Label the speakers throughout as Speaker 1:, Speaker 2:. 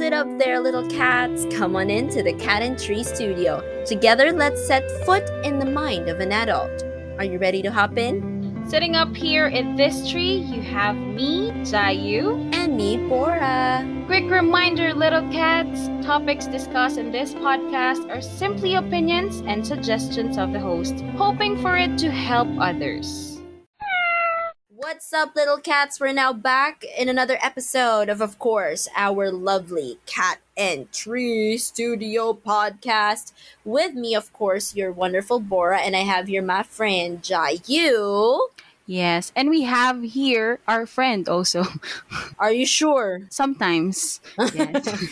Speaker 1: it up there, little cats? Come on into the Cat and Tree Studio. Together, let's set foot in the mind of an adult. Are you ready to hop in?
Speaker 2: Sitting up here in this tree, you have me, Zayu.
Speaker 1: And me, Bora.
Speaker 2: Quick reminder, little cats topics discussed in this podcast are simply opinions and suggestions of the host, hoping for it to help others.
Speaker 1: What's up, little cats? We're now back in another episode of, of course, our lovely Cat and Tree Studio podcast. With me, of course, your wonderful Bora, and I have here my friend Jayu.
Speaker 2: Yes, and we have here our friend also.
Speaker 1: Are you sure?
Speaker 2: Sometimes. Yes.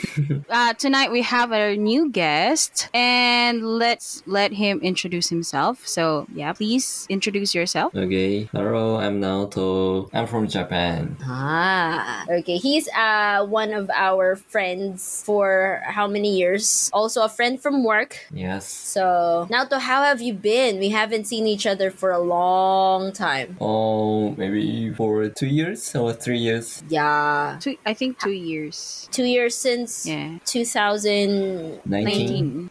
Speaker 2: uh, tonight we have our new guest, and let's let him introduce himself. So, yeah, please introduce yourself.
Speaker 3: Okay, hello, I'm Naoto. I'm from Japan.
Speaker 1: Ah, okay. He's uh one of our friends for how many years? Also a friend from work.
Speaker 3: Yes.
Speaker 1: So Naoto, how have you been? We haven't seen each other for a long time.
Speaker 3: Oh, maybe for two years or three years.
Speaker 1: Yeah,
Speaker 2: Two, I think two years.
Speaker 1: two years since
Speaker 2: Yeah.
Speaker 1: 2019.
Speaker 3: Nineteen.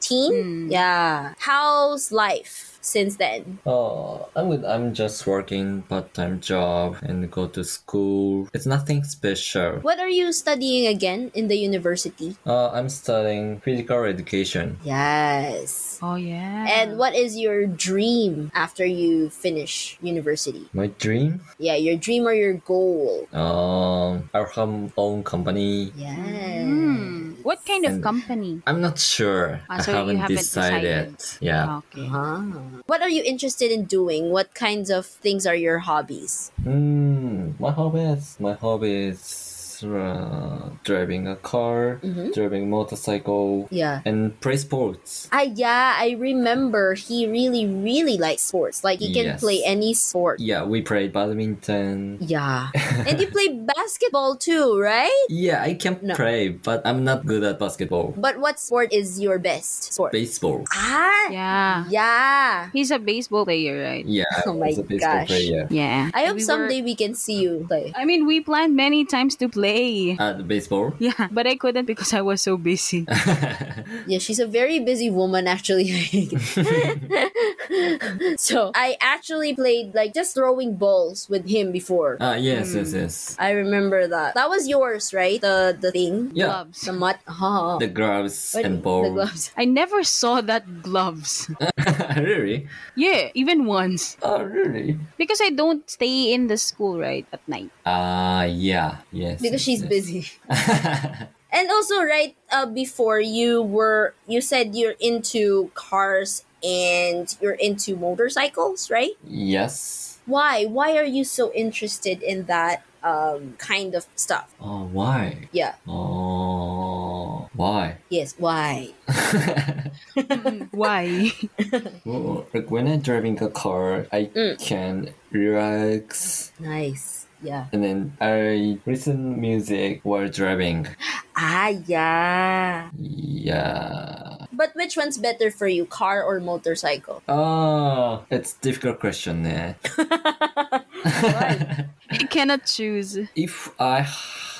Speaker 2: Mm.
Speaker 1: Yeah. How's life since then?
Speaker 3: Oh, I'm good. I'm just working part-time job and go to school. It's nothing special.
Speaker 1: What are you studying again in the university?
Speaker 3: Uh, I'm studying physical education.
Speaker 1: Yes.
Speaker 2: Oh, yeah.
Speaker 1: And what is your dream after you finish university?
Speaker 3: My dream?
Speaker 1: Yeah, your dream or your goal.
Speaker 3: Um, I'll have my own company.
Speaker 1: Yes.
Speaker 2: Mm. What kind of
Speaker 3: And-
Speaker 2: company?
Speaker 3: I'm not sure.
Speaker 2: Ah,
Speaker 3: I
Speaker 2: so you
Speaker 3: haven't,
Speaker 2: haven't
Speaker 3: decided. Yeah.
Speaker 2: Okay.
Speaker 1: Ah. What are you interested in doing? What kinds of things are your hobbies?
Speaker 3: Hmm, my hobbies. My hobbies uh, driving a car,
Speaker 1: Mhm.
Speaker 3: driving motorcycle,
Speaker 1: Yeah.
Speaker 3: and play sports.
Speaker 1: Ah, yeah, I remember he really, really likes sports. Like, he can
Speaker 3: Yes.
Speaker 1: play any sport.
Speaker 3: Yeah, we play badminton.
Speaker 1: Yeah. and you play basketball too, right?
Speaker 3: Yeah, I can
Speaker 1: No.
Speaker 3: play, but I'm not good at basketball.
Speaker 1: But what sport is your best sport?
Speaker 3: Baseball.
Speaker 1: ah,
Speaker 2: Yeah.
Speaker 1: yeah.
Speaker 2: He's a baseball player, right?
Speaker 3: Yeah,
Speaker 1: Oh my
Speaker 3: as a baseball
Speaker 1: gosh.
Speaker 3: player.
Speaker 2: Yeah.
Speaker 1: I hope
Speaker 2: We were-
Speaker 1: someday we can see you play.
Speaker 2: I mean, we planned many times to play.
Speaker 3: At Ah, baseball.
Speaker 2: Yeah, but I couldn't because I was so busy.
Speaker 1: Yeah, she's a very busy woman actually. so I actually played like just throwing balls with him before.
Speaker 3: Ah, yes, yes,
Speaker 2: Hmm.
Speaker 3: yes.
Speaker 1: I remember that. That was yours, right? The the thing,
Speaker 3: Yeah,
Speaker 2: Gloves.
Speaker 1: the mud. Oh.
Speaker 3: the gloves
Speaker 1: What-
Speaker 3: and
Speaker 1: the
Speaker 3: ball.
Speaker 1: gloves.
Speaker 2: I never saw that gloves.
Speaker 3: really?
Speaker 2: yeah, even once.
Speaker 3: Oh, really?
Speaker 2: Because I don't stay in the school, right, at night.
Speaker 3: Ah, yeah, yes.
Speaker 1: Because
Speaker 3: yes,
Speaker 1: she's
Speaker 3: yes.
Speaker 1: busy. And also, right uh, before you were, you said you're into cars and you're into motorcycles, right?
Speaker 3: yes.
Speaker 1: Why? Why are you so interested in that um, kind of stuff?
Speaker 3: Oh, why?
Speaker 1: Yeah.
Speaker 3: Oh, why?
Speaker 1: Yes. Why?
Speaker 2: Mm. Why?
Speaker 3: Well, like when I'm driving a car, I
Speaker 1: Mm.
Speaker 3: can relax
Speaker 1: Nice. Yeah.
Speaker 3: and then I listen music while driving.
Speaker 1: Ah, yeah.
Speaker 3: Yeah.
Speaker 1: But which one's better for you, car or motorcycle?
Speaker 3: Oh, it's difficult question. Eh?
Speaker 2: I cannot choose.
Speaker 3: if I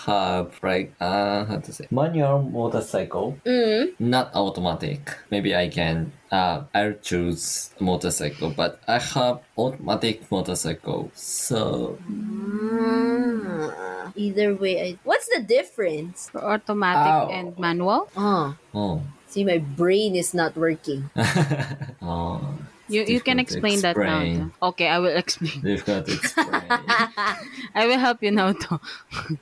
Speaker 3: have like uh how to say manual motorcycle,
Speaker 1: Mm.
Speaker 3: not automatic, maybe I can uh I'll choose motorcycle, but I have automatic motorcycle, so
Speaker 1: Ah. Either way, I... what's the difference?
Speaker 2: For automatic
Speaker 3: Ow.
Speaker 2: and manual,
Speaker 1: Oh,
Speaker 3: oh.
Speaker 1: see, my brain is not working.
Speaker 3: oh
Speaker 2: you, you can explain
Speaker 3: Difficult
Speaker 2: that now.
Speaker 3: explain.
Speaker 2: though. Okay, I will explain.
Speaker 3: difficult to explain.
Speaker 2: I will help you now, though.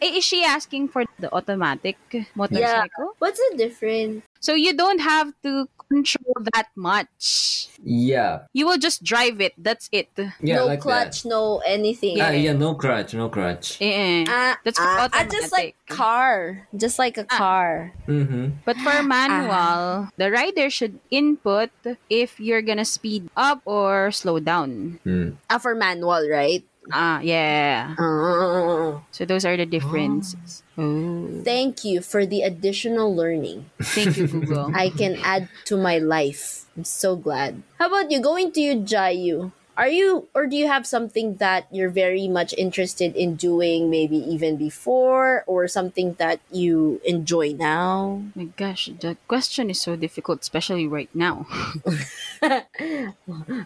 Speaker 2: Eh, Is she asking for the automatic motorcycle?
Speaker 1: What's the difference?
Speaker 2: So you don't have to control that much.
Speaker 3: Yeah,
Speaker 2: You will just drive it. That's it. Eh,
Speaker 3: yeah,
Speaker 1: no
Speaker 3: like
Speaker 1: clutch,
Speaker 3: that.
Speaker 1: no anything.
Speaker 3: Ah, yeah, no crutch, no crutch.
Speaker 2: Eh, eh.
Speaker 1: Ah,
Speaker 2: That's for
Speaker 1: ah, ah, just like
Speaker 2: automatic. Ah.
Speaker 1: car, just like a car.
Speaker 3: Mm-hmm.
Speaker 2: But
Speaker 1: Ah.
Speaker 2: for manual, the rider should input if you're gonna speed up or slow down.
Speaker 3: Mm.
Speaker 1: Ah, for manual, right?
Speaker 2: Ah, yeah.
Speaker 1: Oh.
Speaker 2: So those are the differences. Oh.
Speaker 1: Thank you for the additional learning.
Speaker 2: Thank you, Google.
Speaker 1: I can add to my life. I'm so glad. How about you going to you, Jayu? Are you or do you have something that you're very much interested in doing maybe even before or something that you enjoy now?
Speaker 2: My gosh, the question is so difficult, especially right now.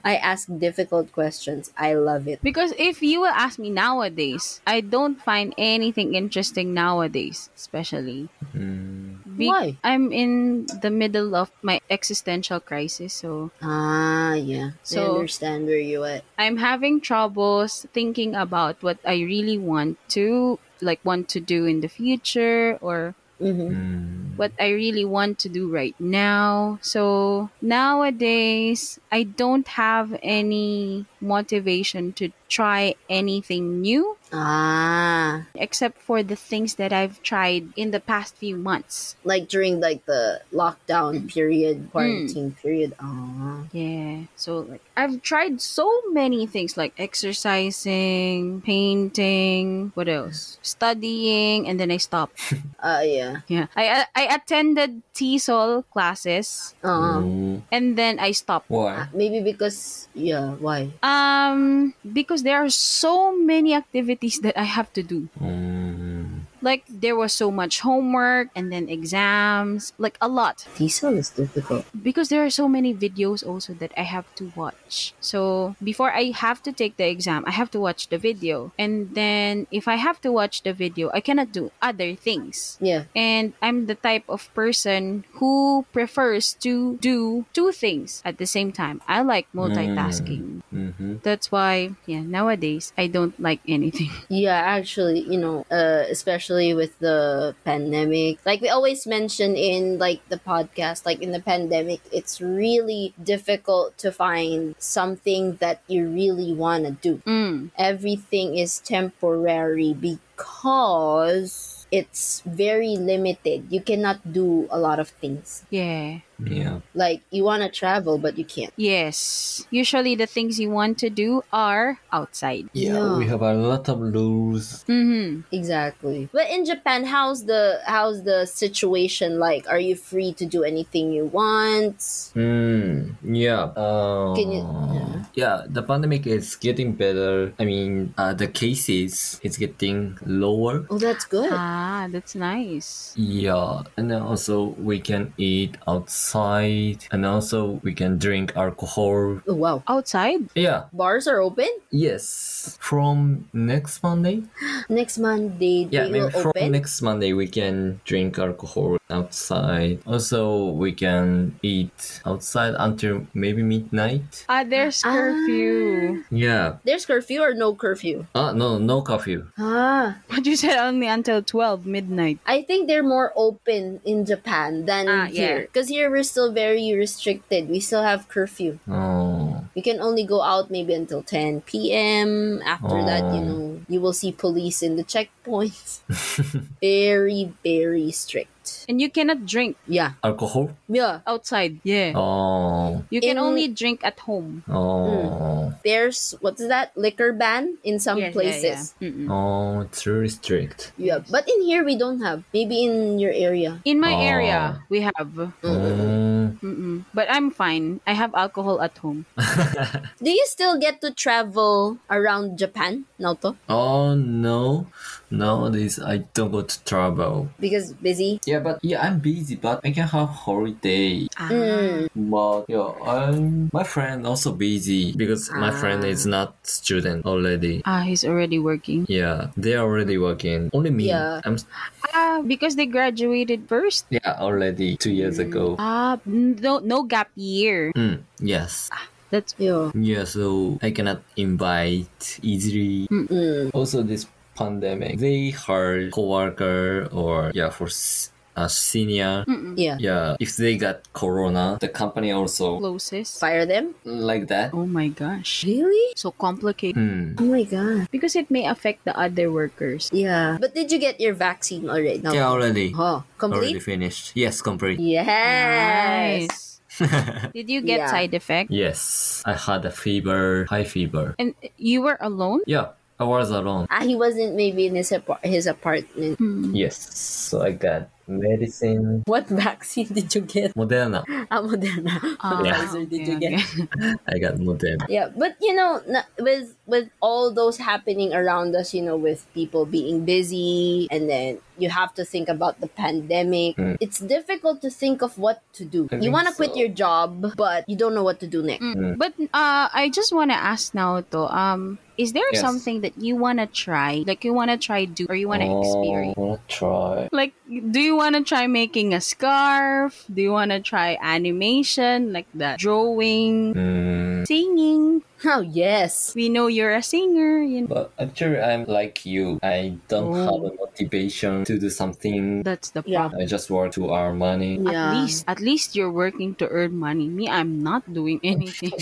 Speaker 1: I ask difficult questions. I love it.
Speaker 2: Because if you will ask me nowadays, I don't find anything interesting nowadays, especially. Be-
Speaker 1: Why?
Speaker 2: I'm in the middle of my existential crisis, so
Speaker 1: Ah, yeah. I
Speaker 2: So-
Speaker 1: understand where you at.
Speaker 2: I'm having troubles thinking about what I really want to like want to do in the future or
Speaker 1: Mm-hmm.
Speaker 3: Mm.
Speaker 2: what I really want to do right now. So nowadays, I don't have any motivation to try anything new
Speaker 1: Ah,
Speaker 2: except for the things that I've tried in the past few months.
Speaker 1: like during like the lockdown period, quarantine period. Ah,
Speaker 2: Yeah. So like I've tried so many things like exercising, painting, what else? Studying and then I stopped.
Speaker 1: ah, yeah.
Speaker 2: Yeah. I I attended TESOL classes
Speaker 1: Ah,
Speaker 3: Mm.
Speaker 2: and then I stopped.
Speaker 3: Why?
Speaker 1: maybe because yeah. Why?
Speaker 2: Um, because there are so many activities that I have to do.
Speaker 3: Mm.
Speaker 2: Like there was so much homework and then exams, like a lot.
Speaker 1: Diesel is difficult.
Speaker 2: Because there are so many videos also that I have to watch. So before I have to take the exam, I have to watch the video. And then if I have to watch the video, I cannot do other things.
Speaker 1: Yeah.
Speaker 2: And I'm the type of person who prefers to do two things at the same time. I like multitasking.
Speaker 3: Mm-hmm.
Speaker 2: That's why, yeah, nowadays I don't like anything.
Speaker 1: Yeah, actually, you know, uh, especially with the pandemic, like we always mention in like the podcast, like in the pandemic, it's really difficult to find something that you really want to do.
Speaker 2: Mm.
Speaker 1: Everything is temporary because it's very limited. You cannot do a lot of things.
Speaker 2: Yeah.
Speaker 3: Yeah.
Speaker 1: Like you want to travel, but you can't.
Speaker 2: Yes. Usually the things you want to do are outside.
Speaker 3: yeah.
Speaker 1: Yeah.
Speaker 3: We have a lot of rules.
Speaker 2: Mm-hmm.
Speaker 1: Exactly. But in Japan, how's the how's the situation like? Are you free to do anything you want?
Speaker 3: Mm, yeah. Um,
Speaker 1: Can you-
Speaker 3: yeah, the pandemic is getting better. I mean, uh, the cases is getting lower.
Speaker 1: Oh, that's good.
Speaker 2: Ah, that's nice.
Speaker 3: Yeah, and then also we can eat outside, and also we can drink alcohol.
Speaker 1: oh, wow.
Speaker 2: Outside?
Speaker 3: Yeah,
Speaker 1: Bars are open
Speaker 3: yes. From next Monday?
Speaker 1: next Monday.
Speaker 3: Yeah,
Speaker 1: they
Speaker 3: maybe
Speaker 1: will
Speaker 3: from
Speaker 1: open.
Speaker 3: next Monday we can drink alcohol outside. Also, we can eat outside until maybe midnight.
Speaker 2: Ah, there's curfew.
Speaker 3: Yeah.
Speaker 1: There's curfew or no curfew?
Speaker 3: Ah, no, no curfew.
Speaker 1: Ah,
Speaker 2: But you said only until 12 midnight.
Speaker 1: I think they're more open in Japan than
Speaker 2: Ah,
Speaker 1: here.
Speaker 2: yeah.
Speaker 1: Because here we're still very restricted. We still have curfew.
Speaker 3: Oh.
Speaker 1: You can only go out maybe until 10 p.m. After that, you
Speaker 3: Oh.
Speaker 1: know, you will see police in the checkpoints. very, very strict.
Speaker 2: And you cannot drink
Speaker 1: Yeah.
Speaker 3: Alcohol?
Speaker 1: Yeah.
Speaker 2: outside. Yeah.
Speaker 3: Oh.
Speaker 2: You
Speaker 1: In-
Speaker 2: can only drink at home.
Speaker 1: Mm.
Speaker 3: Oh.
Speaker 1: There's, what's that? Liquor ban in some
Speaker 2: Yeah, yeah,
Speaker 1: places.
Speaker 2: yeah. Mm-mm.
Speaker 3: Oh, it's really strict.
Speaker 1: Yeah, but in here we don't have. Maybe in your area.
Speaker 2: In my
Speaker 3: Oh.
Speaker 2: area, we have.
Speaker 3: Mm.
Speaker 2: Mm-mm. But I'm fine. I have alcohol at home.
Speaker 1: Do you still get to travel around Japan, Naoto?
Speaker 3: Oh no, nowadays I don't go to travel.
Speaker 1: Because busy.
Speaker 3: Yeah, but yeah, I'm busy, but I can have holiday.
Speaker 2: Ah.
Speaker 1: Mm.
Speaker 3: But yeah, I'm my friend also busy because my friend is not student already.
Speaker 2: Ah, he's already working.
Speaker 3: Yeah, they are already working. Only me.
Speaker 1: Yeah.
Speaker 3: I'm
Speaker 2: Ah, because they graduated first.
Speaker 3: yeah already two years ago.
Speaker 2: Ah, no, no gap year.
Speaker 3: Mm, yes.
Speaker 2: That's
Speaker 1: Yeah.
Speaker 3: Yeah, so I cannot invite easily.
Speaker 1: Mm.
Speaker 3: Also, this pandemic, they hire coworker or yeah for s- a senior.
Speaker 1: Yeah.
Speaker 3: Yeah, if they got corona, the company also
Speaker 2: closest.
Speaker 1: Fire them?
Speaker 3: like that.
Speaker 2: Oh my gosh.
Speaker 1: Really?
Speaker 2: So complicated.
Speaker 3: Hmm.
Speaker 1: Oh my god.
Speaker 2: Because it may affect the other workers.
Speaker 1: Yeah. But did you get your vaccine already? No.
Speaker 3: Yeah, already.
Speaker 1: Huh.
Speaker 3: Already
Speaker 1: Complete?
Speaker 3: finished. Yes, complete.
Speaker 1: Yes.
Speaker 2: Nice. Did you get
Speaker 1: Yeah.
Speaker 2: side effect?
Speaker 3: Yes, I had a fever, high fever.
Speaker 2: And you were alone?
Speaker 3: Yeah, I was alone.
Speaker 2: Hmm.
Speaker 1: Ah, he wasn't maybe in his, apar- his apartment.
Speaker 3: Yes, so I got medicine.
Speaker 1: What vaccine did you get?
Speaker 3: Moderna.
Speaker 1: Ah, Moderna. What
Speaker 3: Yeah.
Speaker 1: Pfizer did you
Speaker 2: okay,
Speaker 1: get?
Speaker 2: okay.
Speaker 3: I got Moderna.
Speaker 1: Yeah, but you know, na- with with all those happening around us, you know, with people being busy, and then you have to think about the pandemic.
Speaker 3: Mm.
Speaker 1: It's difficult to think of what to do.
Speaker 3: I
Speaker 1: you
Speaker 3: think
Speaker 1: want to quit
Speaker 3: so.
Speaker 1: your job, but you don't know what to do next.
Speaker 2: Mm. But uh, I just want to ask now, though. Um, is there
Speaker 3: Yes.
Speaker 2: something that you want to try, like you want to try do, or you want to experience?
Speaker 3: I wanna Oh, try.
Speaker 2: Like, do you want to try making a scarf? Do you want to try animation, like that drawing,
Speaker 3: Mm,
Speaker 2: singing?
Speaker 1: Oh yes,
Speaker 2: We know you're a singer. You know?
Speaker 3: but actually, I'm like you. I
Speaker 2: Oh.
Speaker 3: don't have a motivation to do something.
Speaker 2: That's the
Speaker 1: Yeah.
Speaker 2: problem.
Speaker 3: I just work to earn money.
Speaker 2: At least, at least you're working to earn money. Me, I'm not doing anything.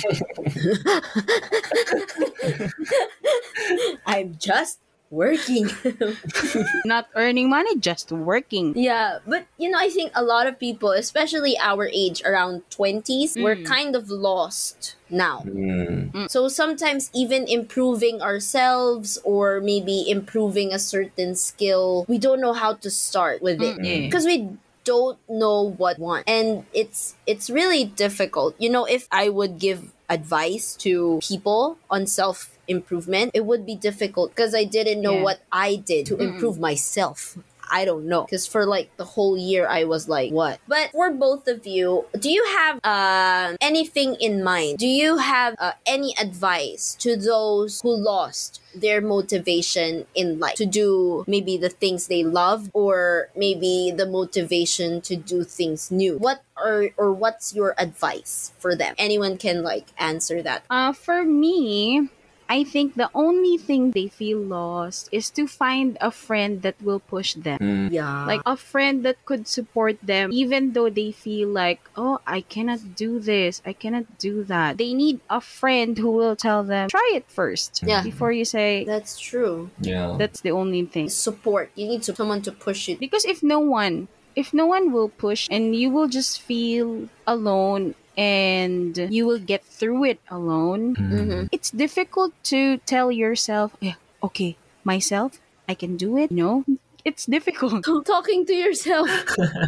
Speaker 1: I'm just working.
Speaker 2: not earning money, just working.
Speaker 1: Yeah, but you know, I think a lot of people, especially our age, around 20s, we're
Speaker 2: Mm.
Speaker 1: kind of lost now.
Speaker 3: Mm,
Speaker 1: So sometimes, even improving ourselves or maybe improving a certain skill, we don't know how to start with it
Speaker 2: Yeah.
Speaker 1: because we don't know what we want and it's it's really difficult you know if i would give advice to people on self improvement it would be difficult because i didn't know
Speaker 2: Yeah.
Speaker 1: what i did to improve myself I don't know because for like the whole year I was like what but for both of you do you have um anything in mind do you have uh, any advice to those who lost their motivation in life to do maybe the things they love or maybe the motivation to do things new what are or what's your advice for them anyone can like answer that
Speaker 2: Uh, for me, I think the only thing they feel lost is to find a friend that will push them.
Speaker 3: mm,
Speaker 1: yeah
Speaker 2: Like a friend that could support them, even though they feel like, oh, I cannot do this, I cannot do that. They need a friend who will tell them, try it first
Speaker 1: Yeah.
Speaker 2: before you say,
Speaker 1: that's true
Speaker 3: yeah.
Speaker 2: that's the only thing.
Speaker 1: support you need to, someone to push you
Speaker 2: Because if no one, if no one will push and you will just feel alone and you will get through it alone,
Speaker 3: Hmm.
Speaker 1: Mhm.
Speaker 2: it's difficult to tell yourself, "Eh, okay, myself, I can do it. No, it's difficult.
Speaker 1: talking to yourself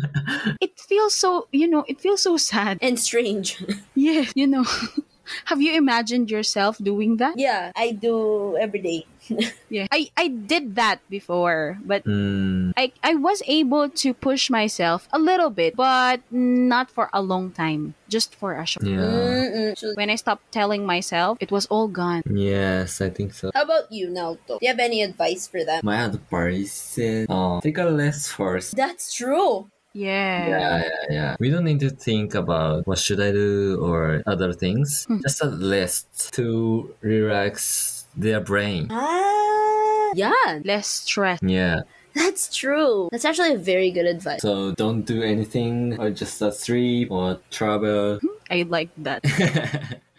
Speaker 2: It feels so, you know, it feels so sad.
Speaker 1: and strange
Speaker 2: Yeah, you know. Have you imagined yourself doing that?
Speaker 1: yeah i do every day
Speaker 2: Yeah. I, I did that before, but
Speaker 3: Mm,
Speaker 2: I, I was able to push myself a little bit, but not for a long time, just for a short.
Speaker 3: yeah.
Speaker 1: Mm-mm. So
Speaker 2: When I stopped telling myself, it was all gone.
Speaker 3: Yes, I think so.
Speaker 1: how about you Naoto? do you have any advice for them
Speaker 3: My advice is uh, take a rest first.
Speaker 1: that's true
Speaker 2: Yeah.
Speaker 3: Yeah, yeah, yeah. We don't need to think about what should I do or other things. Just a list to relax their brain.
Speaker 1: ah yeah
Speaker 2: Less stress.
Speaker 3: Yeah.
Speaker 1: That's true. That's actually a very good advice.
Speaker 3: So don't do anything or just uh, sleep or travel.
Speaker 2: I like that.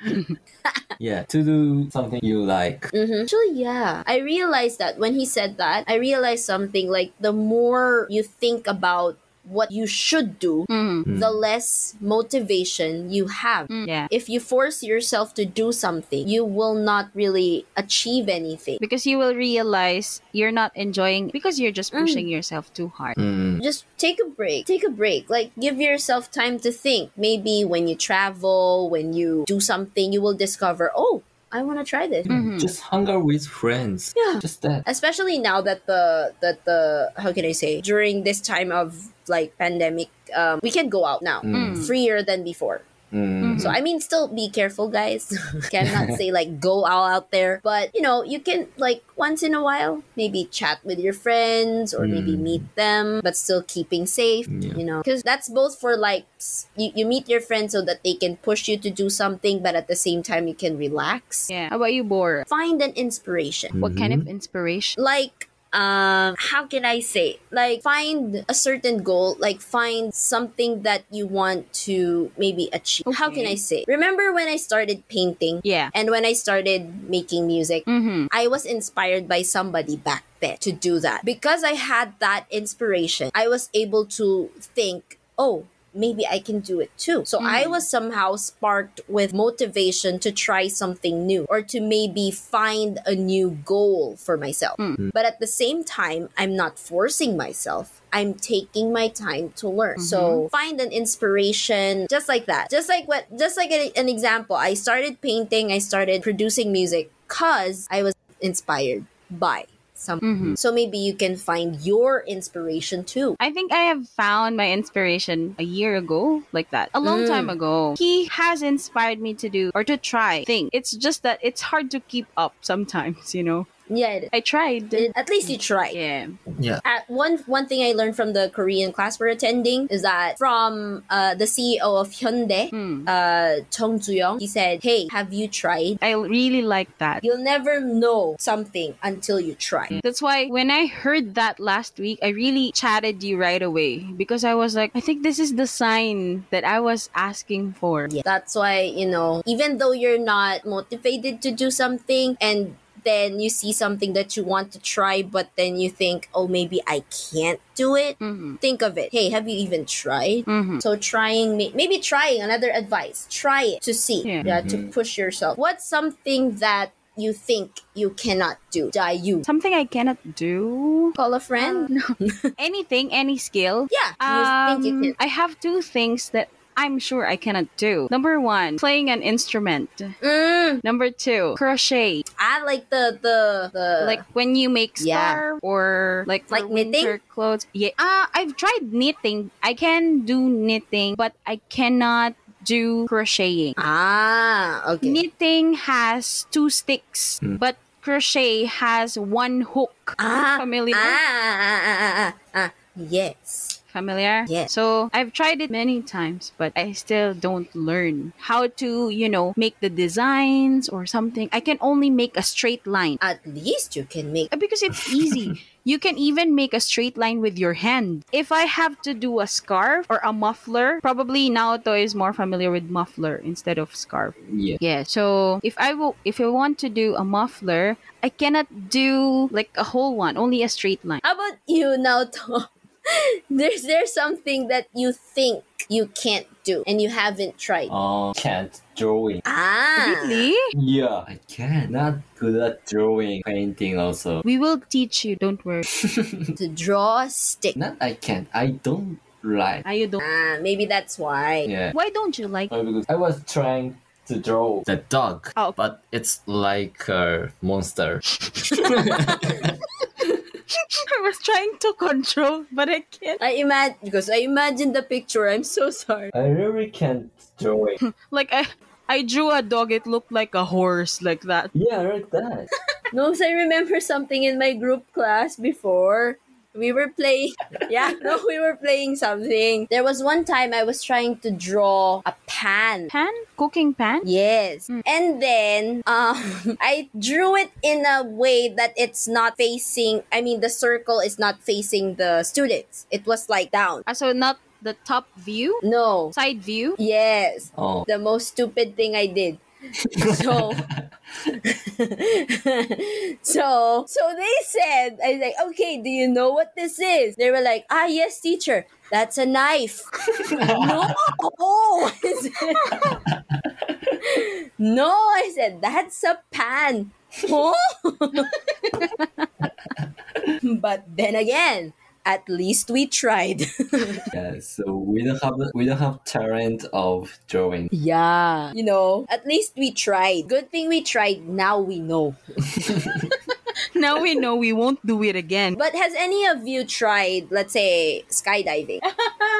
Speaker 3: Hmm. yeah, to do something you like.
Speaker 1: Mhm. Actually, yeah. I realized that when he said that, I realized something like the more you think about what you should do,
Speaker 2: Mm.
Speaker 3: Hmm.
Speaker 1: the less motivation you have.
Speaker 2: Mm. Yeah.
Speaker 1: If you force yourself to do something, you will not really achieve anything.
Speaker 2: because you will realize you're not enjoying because you're just pushing yourself too hard.
Speaker 3: Mm.
Speaker 1: just take a break. Take a break. Like give yourself time to think. Maybe when you travel, when you do something, you will discover, "Oh, I want to try this."
Speaker 3: Just hunger with friends.
Speaker 1: Yeah.
Speaker 3: Just that.
Speaker 1: especially now that the that the how can I say during this time of like pandemic, um, we can go out now
Speaker 3: Mm.
Speaker 1: freer than before.
Speaker 3: Mm.
Speaker 1: So I mean, still be careful, guys. Cannot say like go all out there, but you know you can like once in a while maybe chat with your friends or maybe
Speaker 3: Mm.
Speaker 1: meet them, but still keeping safe.
Speaker 3: Yeah.
Speaker 1: You know, because that's both for like s- you, you meet your friends so that they can push you to do something, but at the same time you can relax.
Speaker 2: Yeah. How about you, Bora?
Speaker 1: Find an inspiration
Speaker 2: What kind of inspiration?
Speaker 1: like um how can i say like find a certain goal like find something that you want to maybe achieve how can i say
Speaker 2: Okay.
Speaker 1: remember when i started painting
Speaker 2: Yeah.
Speaker 1: and when i started making music
Speaker 2: Mm-hmm.
Speaker 1: I was inspired by somebody back then to do that. Because I had that inspiration, I was able to think, oh, maybe I can do it too. So I was somehow sparked with motivation to try something new or to maybe find a new goal for myself. But at the same time, I'm not forcing myself. I'm taking my time to learn. So find an inspiration just like that. Just like what just like an, an example, I started painting, I started producing music cuz I was inspired by something.
Speaker 2: Mhm.
Speaker 1: So maybe you can find your inspiration too.
Speaker 2: I think I have found my inspiration a year ago, like that, a long
Speaker 1: Mm.
Speaker 2: time ago. He has inspired me to do or to try things. It's just that it's hard to keep up sometimes, you know.
Speaker 1: Yeah, it,
Speaker 2: I tried.
Speaker 1: it- at least you tried.
Speaker 2: yeah.
Speaker 3: Yeah.
Speaker 1: at one one thing I learned from the Korean class we're attending is that from uh, the CEO of Hyundai,
Speaker 2: Hmm.
Speaker 1: uh, Chung Young, he said, "Hey, have you tried?
Speaker 2: I really like that.
Speaker 1: You'll never know something until you try."
Speaker 2: That's why when I heard that last week, I really chatted you right away because I was like, I think this is the sign that I was asking for.
Speaker 1: Yeah, that's why you know, even though you're not motivated to do something, and then you see something that you want to try, but then you think, "Oh, maybe I can't do it."
Speaker 2: Mm-hmm.
Speaker 1: Think of it. Hey, have you even tried?
Speaker 2: Mm-hmm.
Speaker 1: So trying may- maybe trying another advice. Try it to see.
Speaker 2: Yeah.
Speaker 1: Yeah. To
Speaker 3: Mhm.
Speaker 1: push yourself. What's something that you think you cannot do? Die you.
Speaker 2: Something I cannot do. Um,
Speaker 1: Call a friend?
Speaker 2: Uh, Anything, any skill.
Speaker 1: yeah. you think you
Speaker 2: Um, I have two things that I'm sure I cannot do. Number one, playing an instrument.
Speaker 1: can. Mm,
Speaker 2: Number two, crochet.
Speaker 1: I like the the the
Speaker 2: like when you make
Speaker 1: yeah.
Speaker 2: scarf or like for
Speaker 1: Like knitting?
Speaker 2: winter clothes. Yeah. Uh, I've tried knitting. I can do knitting, but I cannot do crocheting.
Speaker 1: ah okay.
Speaker 2: Knitting has two sticks, but crochet has one hook.
Speaker 1: ah,
Speaker 2: Familiar?
Speaker 1: Ah, ah, ah, ah, ah, ah. Yes.
Speaker 2: Familiar?
Speaker 1: Yeah.
Speaker 2: So I've tried it many times, but I still don't learn how to, you know, make the designs or something. I can only make a straight line
Speaker 1: At least you can make.
Speaker 2: Uh, because it's easy. you can even make a straight line with your hand. If I have to do a scarf or a muffler, probably Naoto is more familiar with muffler instead of scarf.
Speaker 3: Yeah.
Speaker 2: Yeah, so if I will, if I want to do a muffler, I cannot do like a whole one, only a straight line.
Speaker 1: How about you now, Tom? There's there's something that you think you can't do and you haven't tried.
Speaker 3: Uh, can't drawing.
Speaker 1: Ah.
Speaker 2: Really?
Speaker 3: Yeah, I can. Not good at drawing, painting also.
Speaker 2: We will teach you. Don't worry.
Speaker 1: to draw a stick.
Speaker 3: Not I can. I don't like.
Speaker 2: Ah, you don't.
Speaker 1: Ah, maybe that's why.
Speaker 3: Yeah.
Speaker 2: Why don't you like?
Speaker 3: Uh, because I was trying to draw the dog,
Speaker 2: Oh.
Speaker 3: but it's like a monster.
Speaker 2: I was trying to control, but I can't.
Speaker 1: I imagine because I imagine the picture. I'm so sorry.
Speaker 3: I really can't draw it.
Speaker 2: Like I, I drew a dog. It looked like a horse, like that.
Speaker 3: yeah, like that.
Speaker 1: No, 'cause I remember something in my group class before. We were playing, yeah, no, we were playing something. There was one time I was trying to draw a pan.
Speaker 2: Pan, cooking pan.
Speaker 1: Yes. And then um, I drew it in a way that it's not facing, I mean, the circle is not facing the students. It was like down.
Speaker 2: Ah, so not the top view,
Speaker 1: No.
Speaker 2: side view.
Speaker 1: Yes.
Speaker 3: Oh.
Speaker 1: the most stupid thing I did. So, so, so they said, I was like, okay, do you know what this is? They were like, ah, yes, teacher, that's a knife. no, I said- no, I said, that's a pan. Huh? but then again, at least we tried.
Speaker 3: Yeah, so we don't have we don't have talent of drawing.
Speaker 1: Yeah. You know, at least we tried. Good thing we tried. Now we know.
Speaker 2: Now we know we won't do it again.
Speaker 1: But has any of you tried, let's say, skydiving?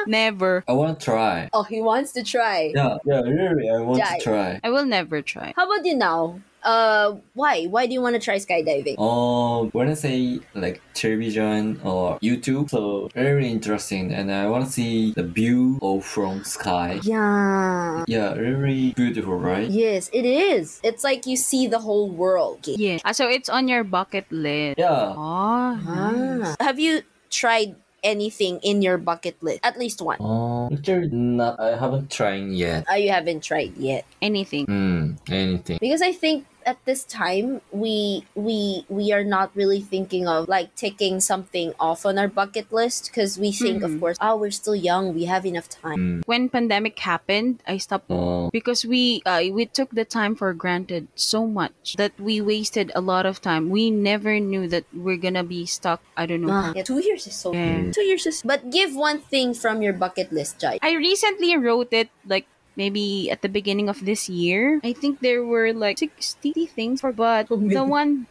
Speaker 2: Never.
Speaker 3: I want to try.
Speaker 1: oh, he wants to try.
Speaker 3: Yeah, yeah, really, I want
Speaker 1: Yeah.
Speaker 3: to try.
Speaker 2: I will never try.
Speaker 1: How about you now? Uh, why? Why do you want to try skydiving?
Speaker 3: Um, when I say like television or YouTube, so very interesting, and I want to see the view of from sky.
Speaker 1: Yeah.
Speaker 3: Yeah, very beautiful, right?
Speaker 1: Yes, it is. It's like you see the whole world.
Speaker 2: Yeah. Ah, so it's on your bucket list.
Speaker 3: Yeah,
Speaker 2: Oh,
Speaker 1: Ah. Have you tried anything in your bucket list? At least one.
Speaker 3: Um, actually, not. I haven't tried yet.
Speaker 1: Uh, you haven't tried yet.
Speaker 2: anything.
Speaker 3: Hmm, anything.
Speaker 1: Because I think at this time we we we are not really thinking of like taking something off on our bucket list because we think of
Speaker 2: Mhm.
Speaker 1: course oh we're still young we have enough time
Speaker 3: Mm.
Speaker 2: When pandemic happened, I stopped
Speaker 3: Oh,
Speaker 2: because we uh, we took the time for granted so much that we wasted a lot of time. We never knew that we're gonna be stuck. I don't know.
Speaker 1: Ah, yeah, two years is so
Speaker 2: Yeah.
Speaker 1: two years is but give one thing from your bucket list Jai.
Speaker 2: I recently wrote it like maybe at the beginning of this year. I think there were like 60 things for but
Speaker 1: Oh, man.
Speaker 2: the one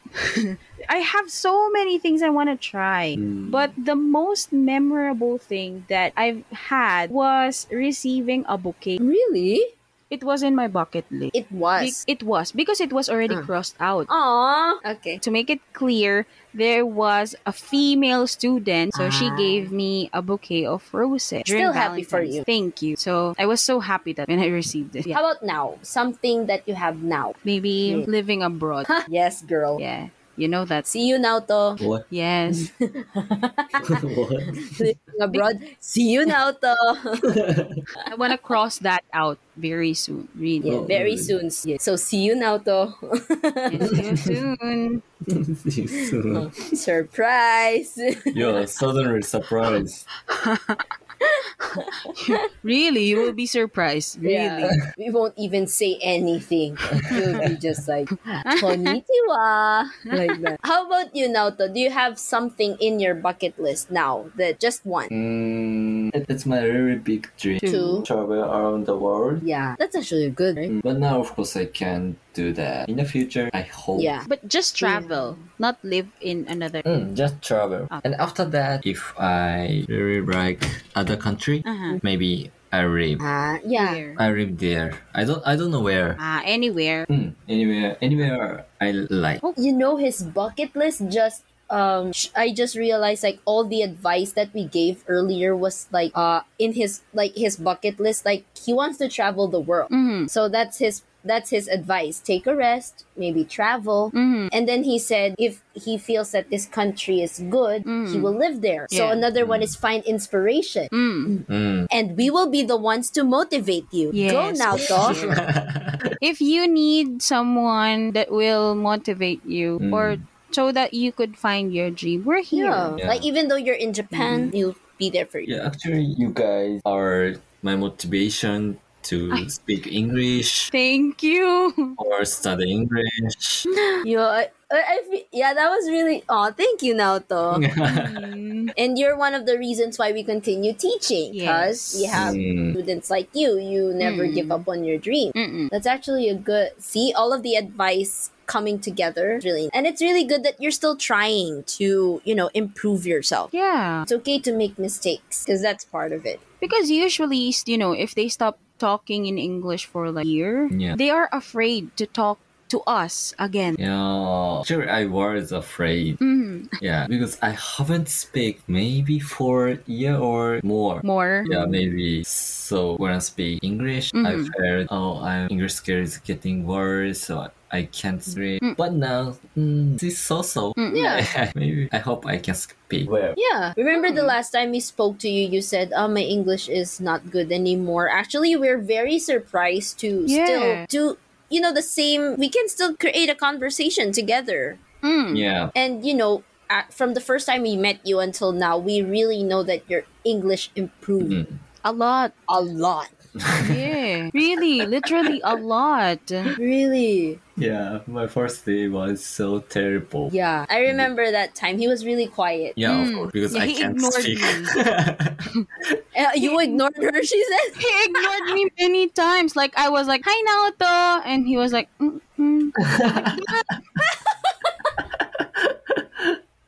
Speaker 2: I have so many things I want to try.
Speaker 3: Mm.
Speaker 2: But the most memorable thing that I've had was receiving a bouquet.
Speaker 1: really
Speaker 2: It was in my bucket list.
Speaker 1: it was
Speaker 2: Be- it was because it was already
Speaker 1: Ah.
Speaker 2: crossed out.
Speaker 1: Aw. okay
Speaker 2: To make it clear, there was a female student, so she
Speaker 1: Ah.
Speaker 2: gave me a bouquet of roses. during
Speaker 1: Still happy for
Speaker 2: Valentine's.
Speaker 1: you.
Speaker 2: Thank you. So I was so happy that when I received it. Yeah.
Speaker 1: how about now something that you have now
Speaker 2: Maybe
Speaker 1: Yeah.
Speaker 2: living abroad.
Speaker 1: yes girl
Speaker 2: yeah, you know that's
Speaker 1: see you now to
Speaker 3: what?
Speaker 2: yes.
Speaker 3: what?
Speaker 1: living abroad see you now to
Speaker 2: Oh, I want to cross that out very soon. Really.
Speaker 1: yeah,
Speaker 3: Oh,
Speaker 1: very
Speaker 3: really?
Speaker 1: soon yeah. so see you now to
Speaker 2: Yeah, see you soon.
Speaker 1: surprise
Speaker 3: You're suddenly surprised.
Speaker 2: Really, you will be surprised. Really.
Speaker 1: Yeah. We won't even say anything. You'll be just like, konnichiwa. Like that. How about you, Naoto? Do you have something in your bucket list now? That just one?
Speaker 3: Mm, it- it's my very big dream.
Speaker 2: Two.
Speaker 1: Two?
Speaker 3: Travel around the world.
Speaker 1: Yeah. Mm. That's actually good, right?
Speaker 3: But now, of course, I can do that. In the future, I hope.
Speaker 1: Yeah.
Speaker 2: But just travel, not live in another.
Speaker 3: Mm, just travel.
Speaker 2: Ah.
Speaker 3: And after that, if I really like other country,
Speaker 2: Uh-huh.
Speaker 3: maybe I live.
Speaker 1: Ah, yeah.
Speaker 2: Where?
Speaker 3: I live there. I don't. I don't know where.
Speaker 2: Ah, anywhere.
Speaker 3: Mm, anywhere, anywhere I like.
Speaker 2: Oh.
Speaker 1: You know, his bucket list just. Um, sh- I just realized like all the advice that we gave earlier was like uh in his like his bucket list like he wants to travel the world
Speaker 2: Mm-hmm.
Speaker 1: so that's his that's his advice take a rest maybe travel
Speaker 2: Mm-hmm.
Speaker 1: And then he said, if he feels that this country is good,
Speaker 2: Mm.
Speaker 1: he will live there. So
Speaker 2: Yeah.
Speaker 1: another one is find inspiration.
Speaker 2: Mm.
Speaker 3: Mm.
Speaker 1: And we will be the ones to motivate you. Go
Speaker 2: Yes.
Speaker 1: now, dog.
Speaker 2: If you need someone that will motivate you
Speaker 3: Mm.
Speaker 2: or so that you could find your dream, we're here.
Speaker 1: Yeah.
Speaker 3: Yeah.
Speaker 1: Like, even though you're in Japan,
Speaker 2: Mm-hmm.
Speaker 1: you'll be there for you.
Speaker 3: Yeah, actually, you guys are my motivation to
Speaker 2: Ah.
Speaker 3: speak English
Speaker 2: Thank you.
Speaker 3: or study English.
Speaker 1: Yeah, I, I- I fe- yeah that was really. Oh, thank you, Naoto.
Speaker 2: Mm.
Speaker 1: and you're one of the reasons why we continue teaching because
Speaker 2: Yes.
Speaker 1: we have
Speaker 3: Mm.
Speaker 1: students like you. You never
Speaker 2: Mm.
Speaker 1: give up on your dream.
Speaker 2: Mm-mm.
Speaker 1: That's actually a good see all of the advice coming together It's really and it's really good that you're still trying to, you know, improve yourself.
Speaker 2: Yeah.
Speaker 1: It's okay to make mistakes because that's part of it.
Speaker 2: Because usually, you know, if they stop talking in English for like a year,
Speaker 3: Yeah.
Speaker 2: they are afraid to talk to us again.
Speaker 3: Yeah, actually, I was afraid.
Speaker 2: Mm.
Speaker 3: Yeah, because I haven't speak maybe for a year or more.
Speaker 2: More.
Speaker 3: Yeah, maybe. So when I speak English, I
Speaker 2: Mhm.
Speaker 3: felt oh, I'm English skill is getting worse, so I can't speak.
Speaker 2: Mm.
Speaker 3: But now, mm, this so-so.
Speaker 2: Mm-mm.
Speaker 1: Yeah.
Speaker 3: maybe I hope I can speak well.
Speaker 1: Yeah. Remember
Speaker 2: Hmm.
Speaker 1: the last time we spoke to you, you said, Oh, my English is not good anymore. Actually, we're very surprised to
Speaker 2: Yeah.
Speaker 1: still do, you know, the same. We can still create a conversation together.
Speaker 2: Mm.
Speaker 3: Yeah.
Speaker 1: And, you know, uh, from the first time we met you until now, we really know that your English improved
Speaker 3: Mm.
Speaker 2: Hmm. A lot.
Speaker 1: a lot.
Speaker 2: Yeah. really, literally a lot.
Speaker 1: Really?
Speaker 3: Yeah, my first day was so terrible.
Speaker 1: Yeah. I remember that time. He was really quiet.
Speaker 3: Yeah, of
Speaker 2: Mm.
Speaker 3: course, because
Speaker 2: Yeah,
Speaker 3: I
Speaker 2: he
Speaker 3: can't
Speaker 2: ignored
Speaker 3: speak.
Speaker 1: Uh, you ignored her, she said.
Speaker 2: He ignored me many times. Like I was like, "Hi Naoto," and he was like, "Mm-hmm." Mm-mm.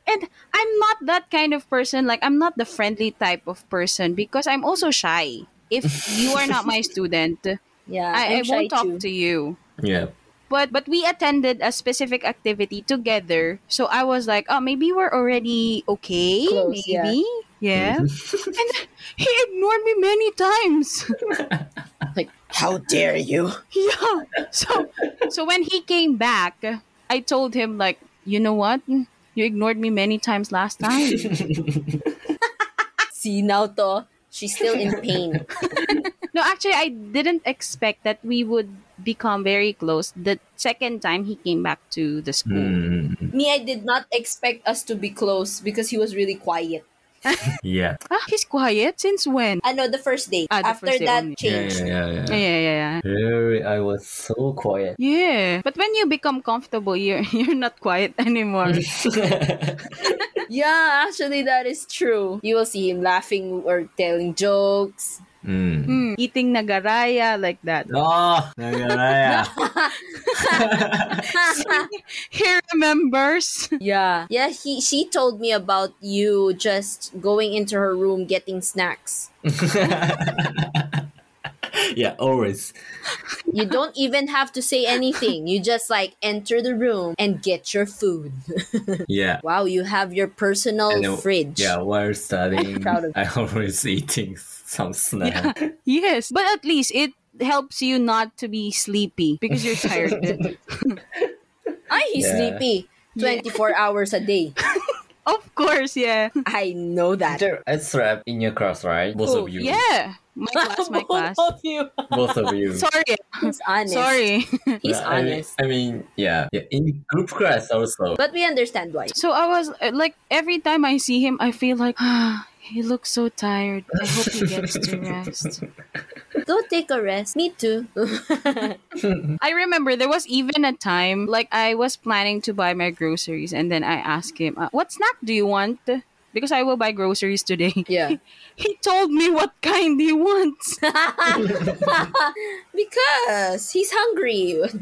Speaker 2: "And I'm not that kind of person. Like I'm not the friendly type of person because I'm also shy. If you are not my student,
Speaker 1: Yeah.
Speaker 2: I, I
Speaker 1: I'm shy
Speaker 2: won't talk
Speaker 1: too.
Speaker 2: to you."
Speaker 3: yeah.
Speaker 2: But but we attended a specific activity together, so I was like, "Oh, maybe we're already okay,
Speaker 1: Close, yeah.
Speaker 2: maybe." Yeah. and he ignored me many times.
Speaker 1: Like, how dare you?
Speaker 2: Yeah. So so when he came back, I told him like, you know what? You ignored me many times last time.
Speaker 1: See, Naoto, she's still in pain.
Speaker 2: no, actually I didn't expect that we would become very close the second time he came back to the school.
Speaker 3: Mm,
Speaker 1: Me, I did not expect us to be close because he was really quiet.
Speaker 3: yeah.
Speaker 2: Ah, he's quiet since when?
Speaker 1: I know the first date.
Speaker 2: Ah, the
Speaker 1: After
Speaker 2: first date
Speaker 1: that
Speaker 2: only.
Speaker 3: Yeah,
Speaker 1: changed.
Speaker 3: yeah, yeah,
Speaker 2: Yeah,
Speaker 3: yeah.
Speaker 2: yeah, yeah.
Speaker 3: Very, I was so quiet.
Speaker 2: Yeah, but when you become comfortable, you're you're not quiet anymore.
Speaker 1: Yeah, actually, that is true. You will see him laughing or telling jokes.
Speaker 3: mm.
Speaker 2: Hmm, eating nagaraya like that.
Speaker 3: Oh, Nagaraya.
Speaker 2: He remembers.
Speaker 1: yeah, yeah. He she told me about you just going into her room getting snacks.
Speaker 3: yeah, always.
Speaker 1: You don't even have to say anything. You just like enter the room and get your food.
Speaker 3: Yeah.
Speaker 1: wow, you have your personal
Speaker 3: And, uh,
Speaker 1: fridge.
Speaker 3: Yeah, while studying,
Speaker 1: Proud of
Speaker 3: I always eating some snack.
Speaker 2: Yes, but at least it helps you not to be sleepy because you're tired.
Speaker 1: Ay, he's
Speaker 3: Yeah.
Speaker 1: sleepy. 24 hours a day.
Speaker 2: of course, yeah.
Speaker 1: I know that.
Speaker 3: There, I slept in your class, right? Both
Speaker 2: Oh,
Speaker 3: of you.
Speaker 2: Yeah. My class, my class.
Speaker 1: Both of you.
Speaker 3: Both of you.
Speaker 2: Sorry.
Speaker 1: He's honest.
Speaker 2: Sorry.
Speaker 1: He's
Speaker 3: Yeah, I mean-
Speaker 1: honest.
Speaker 3: I mean, yeah, yeah. In group class also.
Speaker 1: But we understand why.
Speaker 2: So I was uh, like, every time I see him, I feel like, ah, he looks so tired. I hope he gets to rest.
Speaker 1: Go take a rest. Me too.
Speaker 2: I remember there was even a time like I was planning to buy my groceries, and then I asked him, uh, "What snack do you want?" Because I will buy groceries today.
Speaker 1: yeah.
Speaker 2: He told me what kind he wants.
Speaker 1: because he's hungry.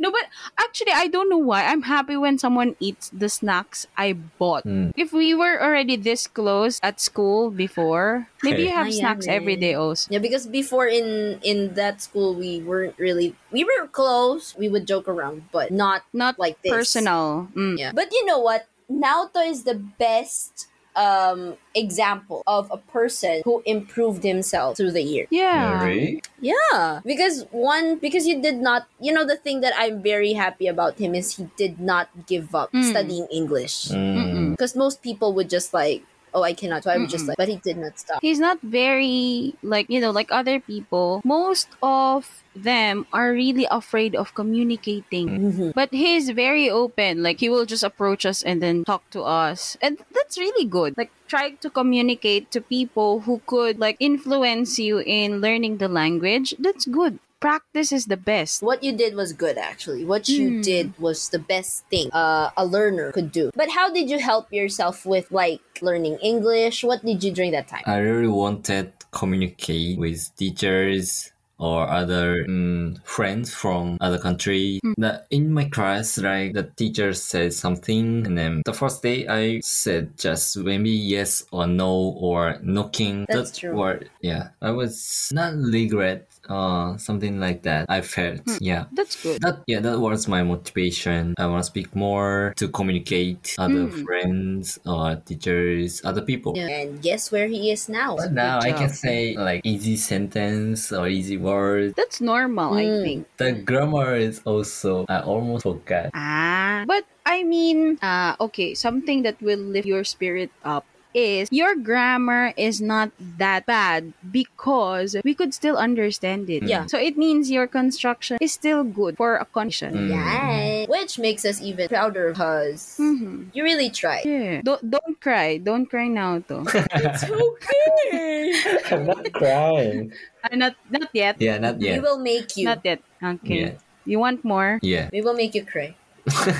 Speaker 2: no, but actually, I don't know why. I'm happy when someone eats the snacks I bought.
Speaker 3: Mm.
Speaker 2: If we were already this close at school before, maybe you
Speaker 3: Hey.
Speaker 2: have
Speaker 1: Ayan
Speaker 2: snacks
Speaker 1: eh.
Speaker 2: every day also.
Speaker 1: yeah, because before in in that school we weren't really we were close. We would joke around, but not
Speaker 2: Not
Speaker 1: like this.
Speaker 2: personal. Mm.
Speaker 1: Yeah. But you know what? Naoto is the best um example of a person who improved himself through the year.
Speaker 2: Yeah.
Speaker 3: Really?
Speaker 1: Yeah. Because one because you did not you know the thing that I'm very happy about him is he did not give up
Speaker 2: Mm.
Speaker 1: studying English.
Speaker 3: Mm.
Speaker 1: Because most people would just like, oh, I cannot. So I would just like, but he did not stop.
Speaker 2: he's not very like you know like other people most of them are really afraid of communicating
Speaker 1: Mhm.
Speaker 2: but he's very open like he will just approach us and then talk to us and that's really good like try to communicate to people who could like influence you in learning the language that's good practice is the best
Speaker 1: What you did was good, actually. What you
Speaker 2: Hmm.
Speaker 1: did was the best thing uh, a learner could do. But how did you help yourself with like learning English? What did you during that time?
Speaker 3: I really wanted communicate with teachers or other mm, friends from other country.
Speaker 1: Hmm.
Speaker 3: The- in my class, like the teacher said something, and then the first day I said just maybe yes or no or knocking.
Speaker 1: That's
Speaker 3: that
Speaker 1: true.
Speaker 3: Word. Yeah, I was not regret or something like that. I felt
Speaker 1: Hmm.
Speaker 3: yeah.
Speaker 2: that's good
Speaker 3: That yeah, that was my motivation. I want to speak more to communicate other
Speaker 1: Hmm.
Speaker 2: Mm.
Speaker 3: friends or teachers, other people.
Speaker 1: Yeah. And guess where he is now?
Speaker 3: But now I
Speaker 2: job.
Speaker 3: can say like easy sentence or easy word.
Speaker 2: that's normal i
Speaker 1: Hmm.
Speaker 2: think
Speaker 3: The grammar is also I almost forgot.
Speaker 2: Ah. But I mean, uh, okay, something that will lift your spirit up is your grammar is not that bad because we could still understand it.
Speaker 1: Yeah.
Speaker 2: So it means your construction is still good for a condition.
Speaker 3: Mm.
Speaker 1: Yeah. Which makes us even prouder because
Speaker 2: Mhm.
Speaker 1: you really tried.
Speaker 2: Yeah. Don't, Eh, don't cry. Don't cry now, though.
Speaker 1: it's okay.
Speaker 3: I'm not crying.
Speaker 2: Uh, not not yet.
Speaker 3: Yeah, not
Speaker 1: We
Speaker 3: yet.
Speaker 1: will make you.
Speaker 2: Not yet. Okay.
Speaker 3: Yeah.
Speaker 2: You want more?
Speaker 3: Yeah.
Speaker 1: We will make you cry.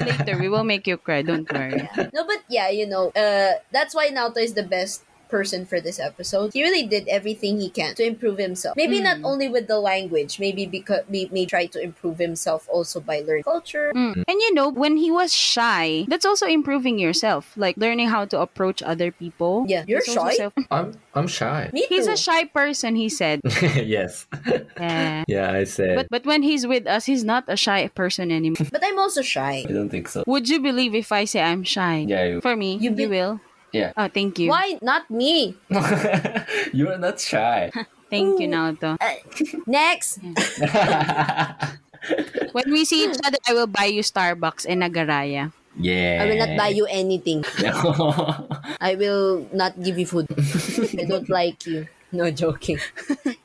Speaker 2: Later, we will make you cry. Don't worry.
Speaker 1: No, but yeah, you know, uh, that's why Naoto is the best person for this episode. He really did everything he can to improve himself. Maybe
Speaker 2: Mm.
Speaker 1: not only with the language, maybe because may, may try to improve himself also by learning culture.
Speaker 2: Mm. And you know, when he was shy, that's also improving yourself, like learning how to approach other people.
Speaker 1: Yeah. You're
Speaker 2: That's
Speaker 1: shy?
Speaker 2: also self-
Speaker 3: I'm I'm shy.
Speaker 1: Me
Speaker 2: He's
Speaker 1: too.
Speaker 2: a shy person, he said.
Speaker 3: yes.
Speaker 2: Yeah.
Speaker 3: Yeah, I said.
Speaker 2: But but when he's with us, he's not a shy person anymore.
Speaker 1: but I'm also shy.
Speaker 3: I don't think so.
Speaker 2: Would you believe if I say I'm shy?
Speaker 3: Yeah, you-
Speaker 2: For me,
Speaker 1: You
Speaker 2: you,
Speaker 1: be-
Speaker 2: will.
Speaker 3: Yeah.
Speaker 2: Oh, thank you.
Speaker 1: Why not me?
Speaker 3: you are not shy.
Speaker 2: Thank you, Naoto.
Speaker 1: Next.
Speaker 2: When we see each other, I will buy you Starbucks and Nagaraya.
Speaker 3: yeah.
Speaker 1: I will not buy you anything.
Speaker 3: No.
Speaker 1: I will not give you food. I don't like you. No joking.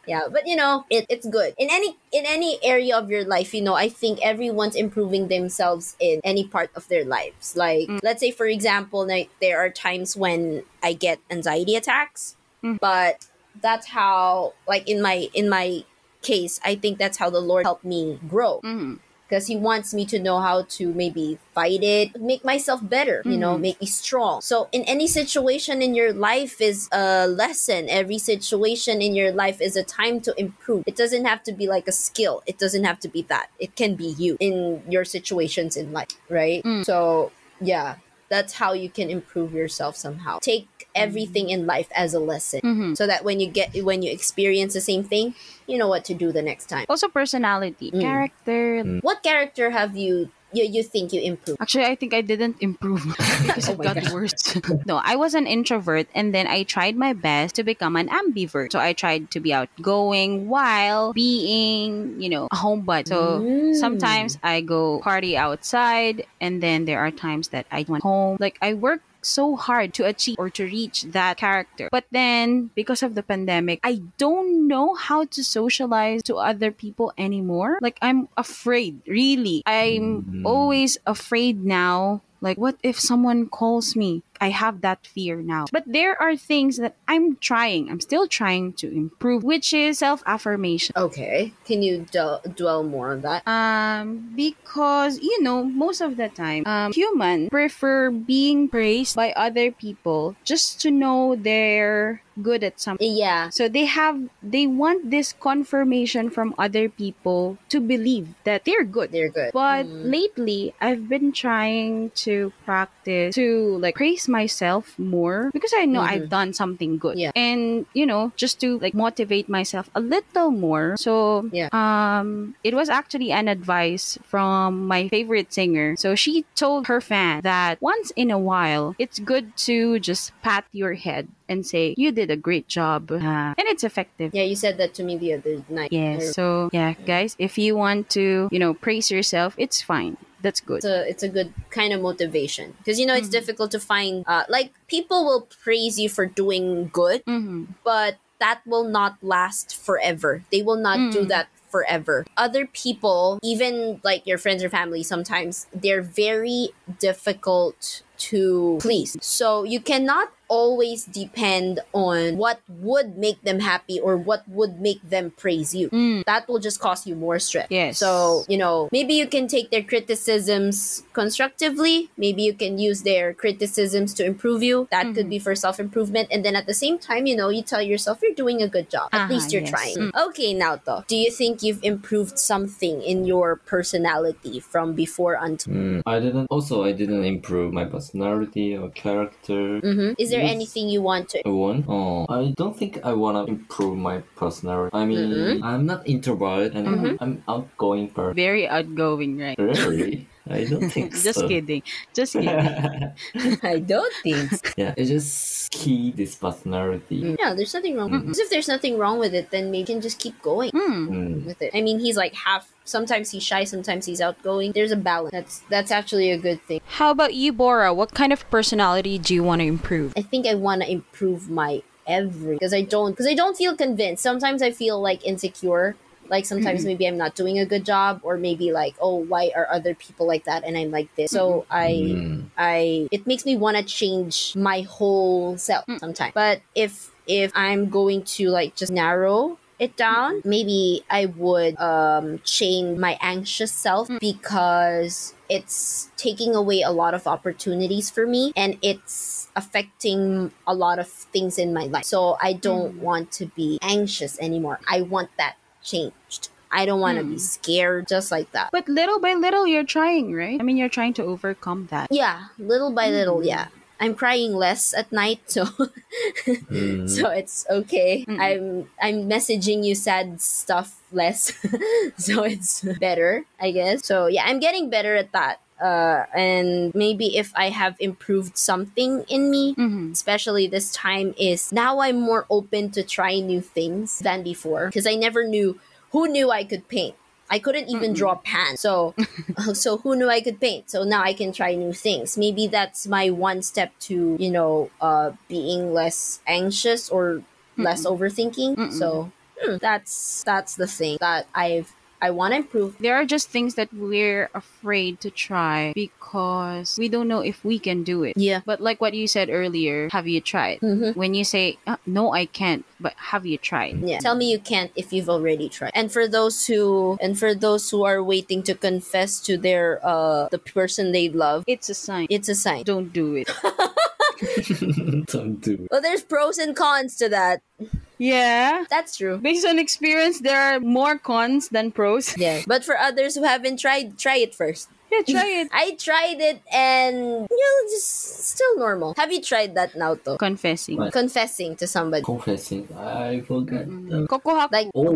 Speaker 1: Yeah, but you know, it, it's good. In any in any area of your life, you know, I think everyone's improving themselves in any part of their lives. Like let's say for example, like there are times when I get anxiety attacks,
Speaker 2: Mm.
Speaker 1: but that's how like in my in my case, I think that's how the Lord helped me grow
Speaker 2: Mhm.
Speaker 1: because he wants me to know how to maybe fight it make myself better you know
Speaker 2: Mhm.
Speaker 1: make me strong so in any situation in your life is a lesson every situation in your life is a time to improve it doesn't have to be like a skill it doesn't have to be that it can be you in your situations in life right
Speaker 2: Mm.
Speaker 1: so yeah that's how you can improve yourself somehow take everything in life as a lesson
Speaker 2: Mhm.
Speaker 1: so that when you get when you experience the same thing you know what to do the next time
Speaker 2: Also, personality,
Speaker 1: Mm.
Speaker 2: character.
Speaker 3: Mm.
Speaker 1: what character have you you, you think you improved?
Speaker 2: Actually, I think I didn't improve because
Speaker 1: Oh
Speaker 2: it
Speaker 1: my
Speaker 2: got
Speaker 1: gosh.
Speaker 2: worse. no, I was an introvert and then I tried my best to become an ambivert. So I tried to be outgoing while being, you know, a homebody. So
Speaker 1: Mm.
Speaker 2: sometimes I go party outside and then there are times that I went home. Like I work so hard to achieve or to reach that character. But then because of the pandemic, I don't know how to socialize to other people anymore. Like I'm afraid, really. I'm
Speaker 3: Mm.
Speaker 2: always afraid now. Like what if someone calls me? I have that fear now. But there are things that I'm trying. I'm still trying to improve, which is self-affirmation.
Speaker 1: Okay, can you d- dwell more on that?
Speaker 2: Um, because you know, most of the time, um, human prefer being praised by other people just to know they're good at something.
Speaker 1: Yeah,
Speaker 2: So they have, they want this confirmation from other people to believe that they're good.
Speaker 1: they're good.
Speaker 2: But
Speaker 1: Mm.
Speaker 2: lately, I've been trying to practice to like praise myself more because I know I've done something good.
Speaker 1: Mm-hmm. Yeah.
Speaker 2: And, you know, just to like motivate myself a little more. So,
Speaker 1: Yeah.
Speaker 2: um, it was actually an advice from my favorite singer. So she told her fan that once in a while, it's good to just pat your head and say, you did a great job. Uh, and it's effective.
Speaker 1: yeah, you said that to me the other night.
Speaker 2: Yes. So yeah, guys, if you want to, you know, praise yourself, it's fine. That's good.
Speaker 1: It's a, it's a good kind of motivation because you know it's
Speaker 2: Mhm.
Speaker 1: difficult to find uh, like people will praise you for doing good
Speaker 2: Mm-hmm.
Speaker 1: but that will not last forever. They will not
Speaker 2: Mm.
Speaker 1: do that forever. Other people, even like your friends or family, sometimes they're very difficult to please. So you cannot always depend on what would make them happy or what would make them praise you.
Speaker 2: Mm.
Speaker 1: That will just cause you more stress.
Speaker 2: Yes.
Speaker 1: So, you know, maybe you can take their criticisms constructively. Maybe you can use their criticisms to improve you. That could be
Speaker 2: Mhm.
Speaker 1: be for self improvement, and then at the same time, you know, you tell yourself you're doing a good job. At
Speaker 2: Uh-huh,
Speaker 1: least you're
Speaker 2: yes.
Speaker 1: trying. Okay, now though, do you think you've improved something in your personality from before until?
Speaker 3: Mm, I didn't. Also, I didn't improve my personality or character.
Speaker 1: hmm Is there
Speaker 3: Yes.
Speaker 1: anything you want to?
Speaker 3: I want. Oh, I don't think I wanna improve my personality. I mean,
Speaker 1: Mhm.
Speaker 3: I'm not introvert and
Speaker 1: Mhm.
Speaker 3: I'm outgoing person.
Speaker 2: Very outgoing, right?
Speaker 3: Really? I don't think
Speaker 2: Just
Speaker 3: so.
Speaker 2: kidding. Just kidding.
Speaker 1: I don't think. so.
Speaker 3: yeah, it's just key this personality.
Speaker 1: Yeah, there's nothing wrong. Because if there's nothing wrong with it, then maybe you can just keep going
Speaker 2: Mm.
Speaker 3: Mm.
Speaker 1: with it. I mean, he's like half. Sometimes he's shy. Sometimes he's outgoing. There's a balance. That's that's actually a good thing.
Speaker 4: How about you, Bora? What kind of personality do you want to improve?
Speaker 1: I think I want to improve my every because I don't because I don't feel convinced. Sometimes I feel like insecure. Like sometimes maybe I'm not doing a good job, or maybe like oh why are other people like that and I'm like this. So I
Speaker 3: Mm.
Speaker 1: I it makes me want to change my whole self sometimes. But if if I'm going to like just narrow it down, maybe I would um change my anxious self because it's taking away a lot of opportunities for me and it's affecting a lot of things in my life. So I don't want to be anxious anymore. I want that changed. I don't want to be scared just like that.
Speaker 2: But little by little, you're trying, right? I mean, you're trying to overcome that.
Speaker 1: Yeah, little by little, yeah. I'm crying less at night, so
Speaker 3: Mm.
Speaker 1: so it's okay.
Speaker 2: Mm.
Speaker 1: I'm I'm messaging you sad stuff less, so it's better, I guess. So yeah, I'm getting better at that. Uh, and maybe if I have improved something in me,
Speaker 2: Mm-hmm.
Speaker 1: especially this time is now I'm more open to try new things than before because I never knew who knew I could paint. I couldn't even
Speaker 2: Mm-mm.
Speaker 1: draw pan. So so who knew I could paint? So now I can try new things. Maybe that's my one step to, you know, uh being less anxious or less overthinking.
Speaker 2: Mm-mm.
Speaker 1: So hmm, that's that's the thing that I've I want to improve.
Speaker 2: There are just things that we're afraid to try because we don't know if we can do it.
Speaker 1: Yeah.
Speaker 2: But like what you said earlier, have you tried?
Speaker 1: Mm-hmm.
Speaker 2: When you say, uh, no, I can't, but have you tried?
Speaker 1: Yeah. Tell me you can't if you've already tried. And for those who and for those who are waiting to confess to their uh the person they love,
Speaker 2: It's a sign.
Speaker 1: it's a sign.
Speaker 2: Don't do it.
Speaker 3: Don't do
Speaker 1: Well, there's pros and cons to that.
Speaker 2: yeah.
Speaker 1: That's true.
Speaker 2: Based on experience, there are more cons than pros.
Speaker 1: Yeah. But for others who haven't tried, try it first.
Speaker 2: yeah, try it.
Speaker 1: I tried it and you know, just still normal. Have you tried that now though?
Speaker 2: Confessing.
Speaker 3: What?
Speaker 1: Confessing to somebody.
Speaker 3: Confessing, I forgot.
Speaker 2: Mm-hmm.
Speaker 3: the-
Speaker 2: Kokohaku.
Speaker 1: Like
Speaker 3: Oh,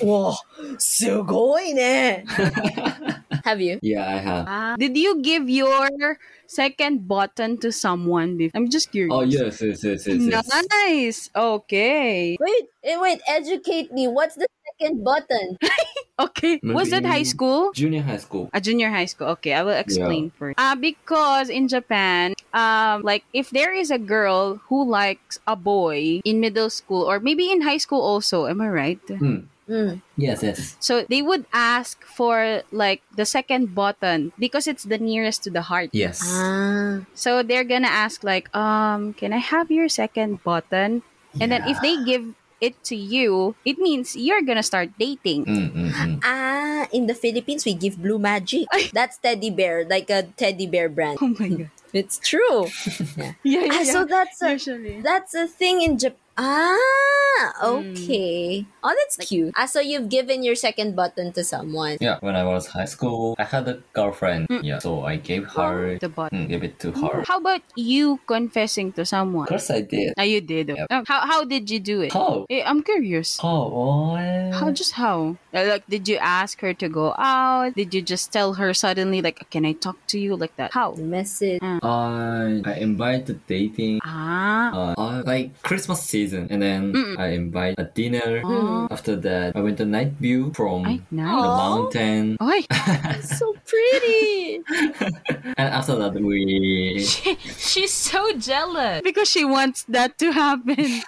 Speaker 1: Whoa, sugoi ne. Have you?
Speaker 3: yeah, I have.
Speaker 2: Ah. Did you give your second button to someone? Before? I'm just curious.
Speaker 3: Oh yes, yes, yes, yes. yes.
Speaker 2: Nice. Okay.
Speaker 1: Wait, eh, wait, educate me. What's the second button?
Speaker 2: Okay. Was it high
Speaker 3: Maybe-
Speaker 2: school?
Speaker 3: Junior high school.
Speaker 2: A junior high school. Okay, I will explain first. Uh, because in Japan, um, like if there is a girl who likes a boy in middle school or maybe in high school also, am I right?
Speaker 3: Hmm.
Speaker 1: Mm.
Speaker 3: Yes, yes.
Speaker 2: So they would ask for like the second button because it's the nearest to the heart.
Speaker 3: Yes.
Speaker 1: Ah.
Speaker 2: So they're gonna ask like, um, can I have your second button? And then if they give it to you, it means you're gonna start dating.
Speaker 3: Mm, mm, mm.
Speaker 1: Ah, in the Philippines, we give blue magic. That's teddy bear, like a teddy bear brand.
Speaker 2: Oh my god.
Speaker 1: It's true.
Speaker 2: Yeah, yeah,
Speaker 1: ah,
Speaker 2: yeah.
Speaker 1: so that's a,
Speaker 2: Usually.
Speaker 1: that's a thing in Japan. Ah,
Speaker 2: Hmm.
Speaker 1: okay. Oh, that's cute. Ah, so you've given your second button to someone.
Speaker 3: Yeah, when I was high school, I had a girlfriend. Yeah, so I gave
Speaker 2: Mm.
Speaker 3: her,
Speaker 2: Oh, The button.
Speaker 3: mm, gave it to her.
Speaker 2: How about you confessing to someone?
Speaker 3: Of course, I did.
Speaker 2: Ah, you did.
Speaker 3: Yep.
Speaker 2: Oh, how how did you do it?
Speaker 3: How?
Speaker 2: Eh, I'm curious.
Speaker 3: How? Why?
Speaker 2: How just how? Uh, Like, did you ask her to go out? Did you just tell her suddenly, like, can I talk to you like that? How?
Speaker 1: Message.
Speaker 3: I I invited dating.
Speaker 2: Ah.
Speaker 3: Uh, uh, like Christmas season, and then
Speaker 2: Mm-mm.
Speaker 3: I invite a dinner.
Speaker 4: Hmm.
Speaker 2: Oh.
Speaker 3: After that, I went to night view from
Speaker 2: Ay,
Speaker 3: the
Speaker 2: nice.
Speaker 1: Aw.
Speaker 3: mountain,
Speaker 2: Oy.
Speaker 1: so pretty.
Speaker 3: and after that we
Speaker 4: She, she's so jealous.
Speaker 2: Because she wants that to happen.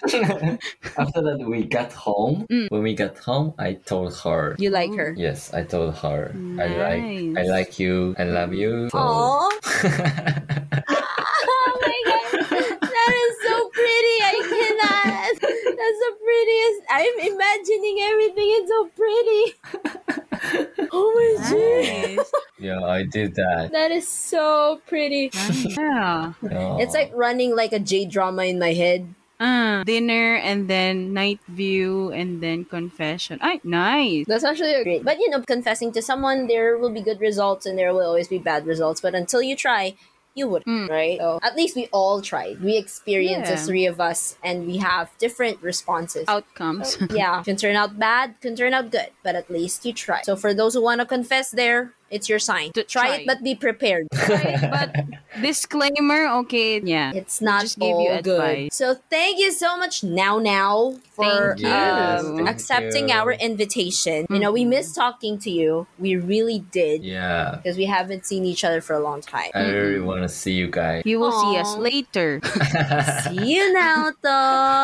Speaker 3: after that we got home.
Speaker 2: Mm.
Speaker 3: When we got home, I told her.
Speaker 1: You like
Speaker 2: Hmm.
Speaker 1: her.
Speaker 3: Yes, I told her I like I
Speaker 2: Nice.
Speaker 3: like you, I love you. So-
Speaker 1: Aw. Oh my god, that is so pretty. I cannot. That's the prettiest. I'm imagining everything. It's so pretty. Oh my god,
Speaker 2: Nice.
Speaker 3: yeah, I did that.
Speaker 1: that is so pretty.
Speaker 2: yeah.
Speaker 3: Yeah.
Speaker 1: It's like running like a J drama in my head.
Speaker 2: Uh, dinner and then night view and then confession. Ay, nice.
Speaker 1: That's actually a great. But you know, confessing to someone, there will be good results and there will always be bad results. But until you try, you would,
Speaker 2: Mm.
Speaker 1: right? So at least we all tried. We experienced the
Speaker 2: Yeah.
Speaker 1: three of us, and we have different responses.
Speaker 2: Outcomes.
Speaker 1: yeah, can turn out bad, can turn out good, but at least you try. So for those who want to confess there, it's your sign.
Speaker 2: To
Speaker 1: try,
Speaker 2: try.
Speaker 1: it, but be prepared.
Speaker 2: Right, but disclaimer, okay, yeah.
Speaker 1: It's not
Speaker 2: Just give
Speaker 1: all
Speaker 2: you
Speaker 1: good.
Speaker 2: advice.
Speaker 1: So thank you so much, now now, for
Speaker 2: Thank you. Mm-hmm. Yes,
Speaker 1: um,
Speaker 2: thank
Speaker 1: accepting
Speaker 3: you.
Speaker 1: our invitation. You know, we miss talking to you. We really did
Speaker 3: yeah.
Speaker 1: because we haven't seen each other for a long time.
Speaker 3: I really want to see you guys.
Speaker 2: You will see us
Speaker 1: Aw.
Speaker 2: later.
Speaker 1: See you now,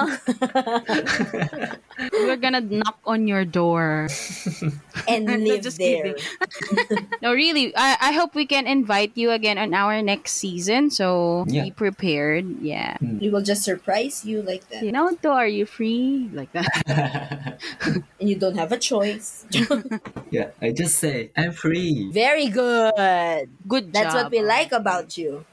Speaker 1: though,
Speaker 2: We're gonna knock on your door.
Speaker 1: and
Speaker 2: I'm
Speaker 1: live
Speaker 2: just
Speaker 1: there.
Speaker 2: kidding. No, really, I, I hope we can invite you again on our next season. So
Speaker 3: Yeah.
Speaker 2: be prepared. Yeah.
Speaker 1: We will just surprise you like that.
Speaker 2: You know, though, are you free? Like that.
Speaker 1: And you don't have a choice.
Speaker 3: yeah, I just say I'm free.
Speaker 1: Very good.
Speaker 2: Good
Speaker 1: That's what
Speaker 2: job.
Speaker 1: we like about you.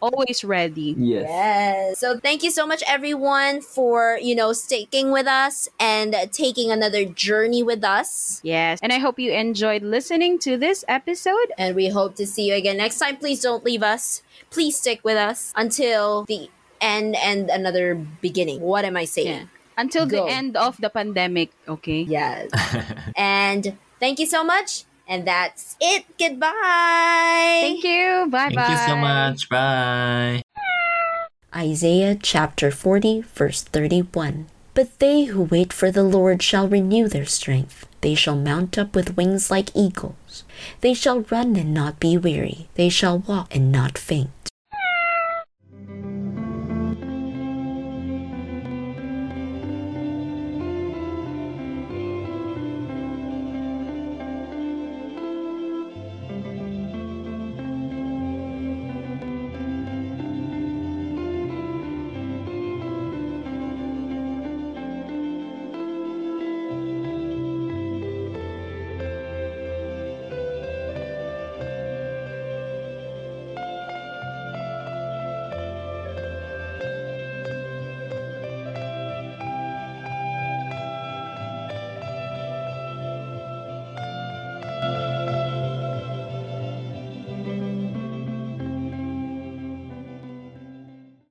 Speaker 2: Always ready.
Speaker 3: Yes.
Speaker 1: Yes. So thank you so much everyone for, you know, sticking with us and uh, taking another journey with us.
Speaker 2: Yes. And I hope you enjoyed listening to this episode.
Speaker 1: And we hope to see you again next time. Please don't leave us. Please stick with us until the end and another beginning. What am I
Speaker 2: Yeah.
Speaker 1: saying?
Speaker 2: Until the
Speaker 1: Go.
Speaker 2: end of the pandemic, okay?
Speaker 1: Yes. and thank you so much. And that's it. Goodbye.
Speaker 2: Thank you. Bye bye.
Speaker 3: Thank you so much. Bye.
Speaker 5: Isaiah chapter 40, verse 31. But they who wait for the Lord shall renew their strength. They shall mount up with wings like eagles. They shall run and not be weary. They shall walk and not faint.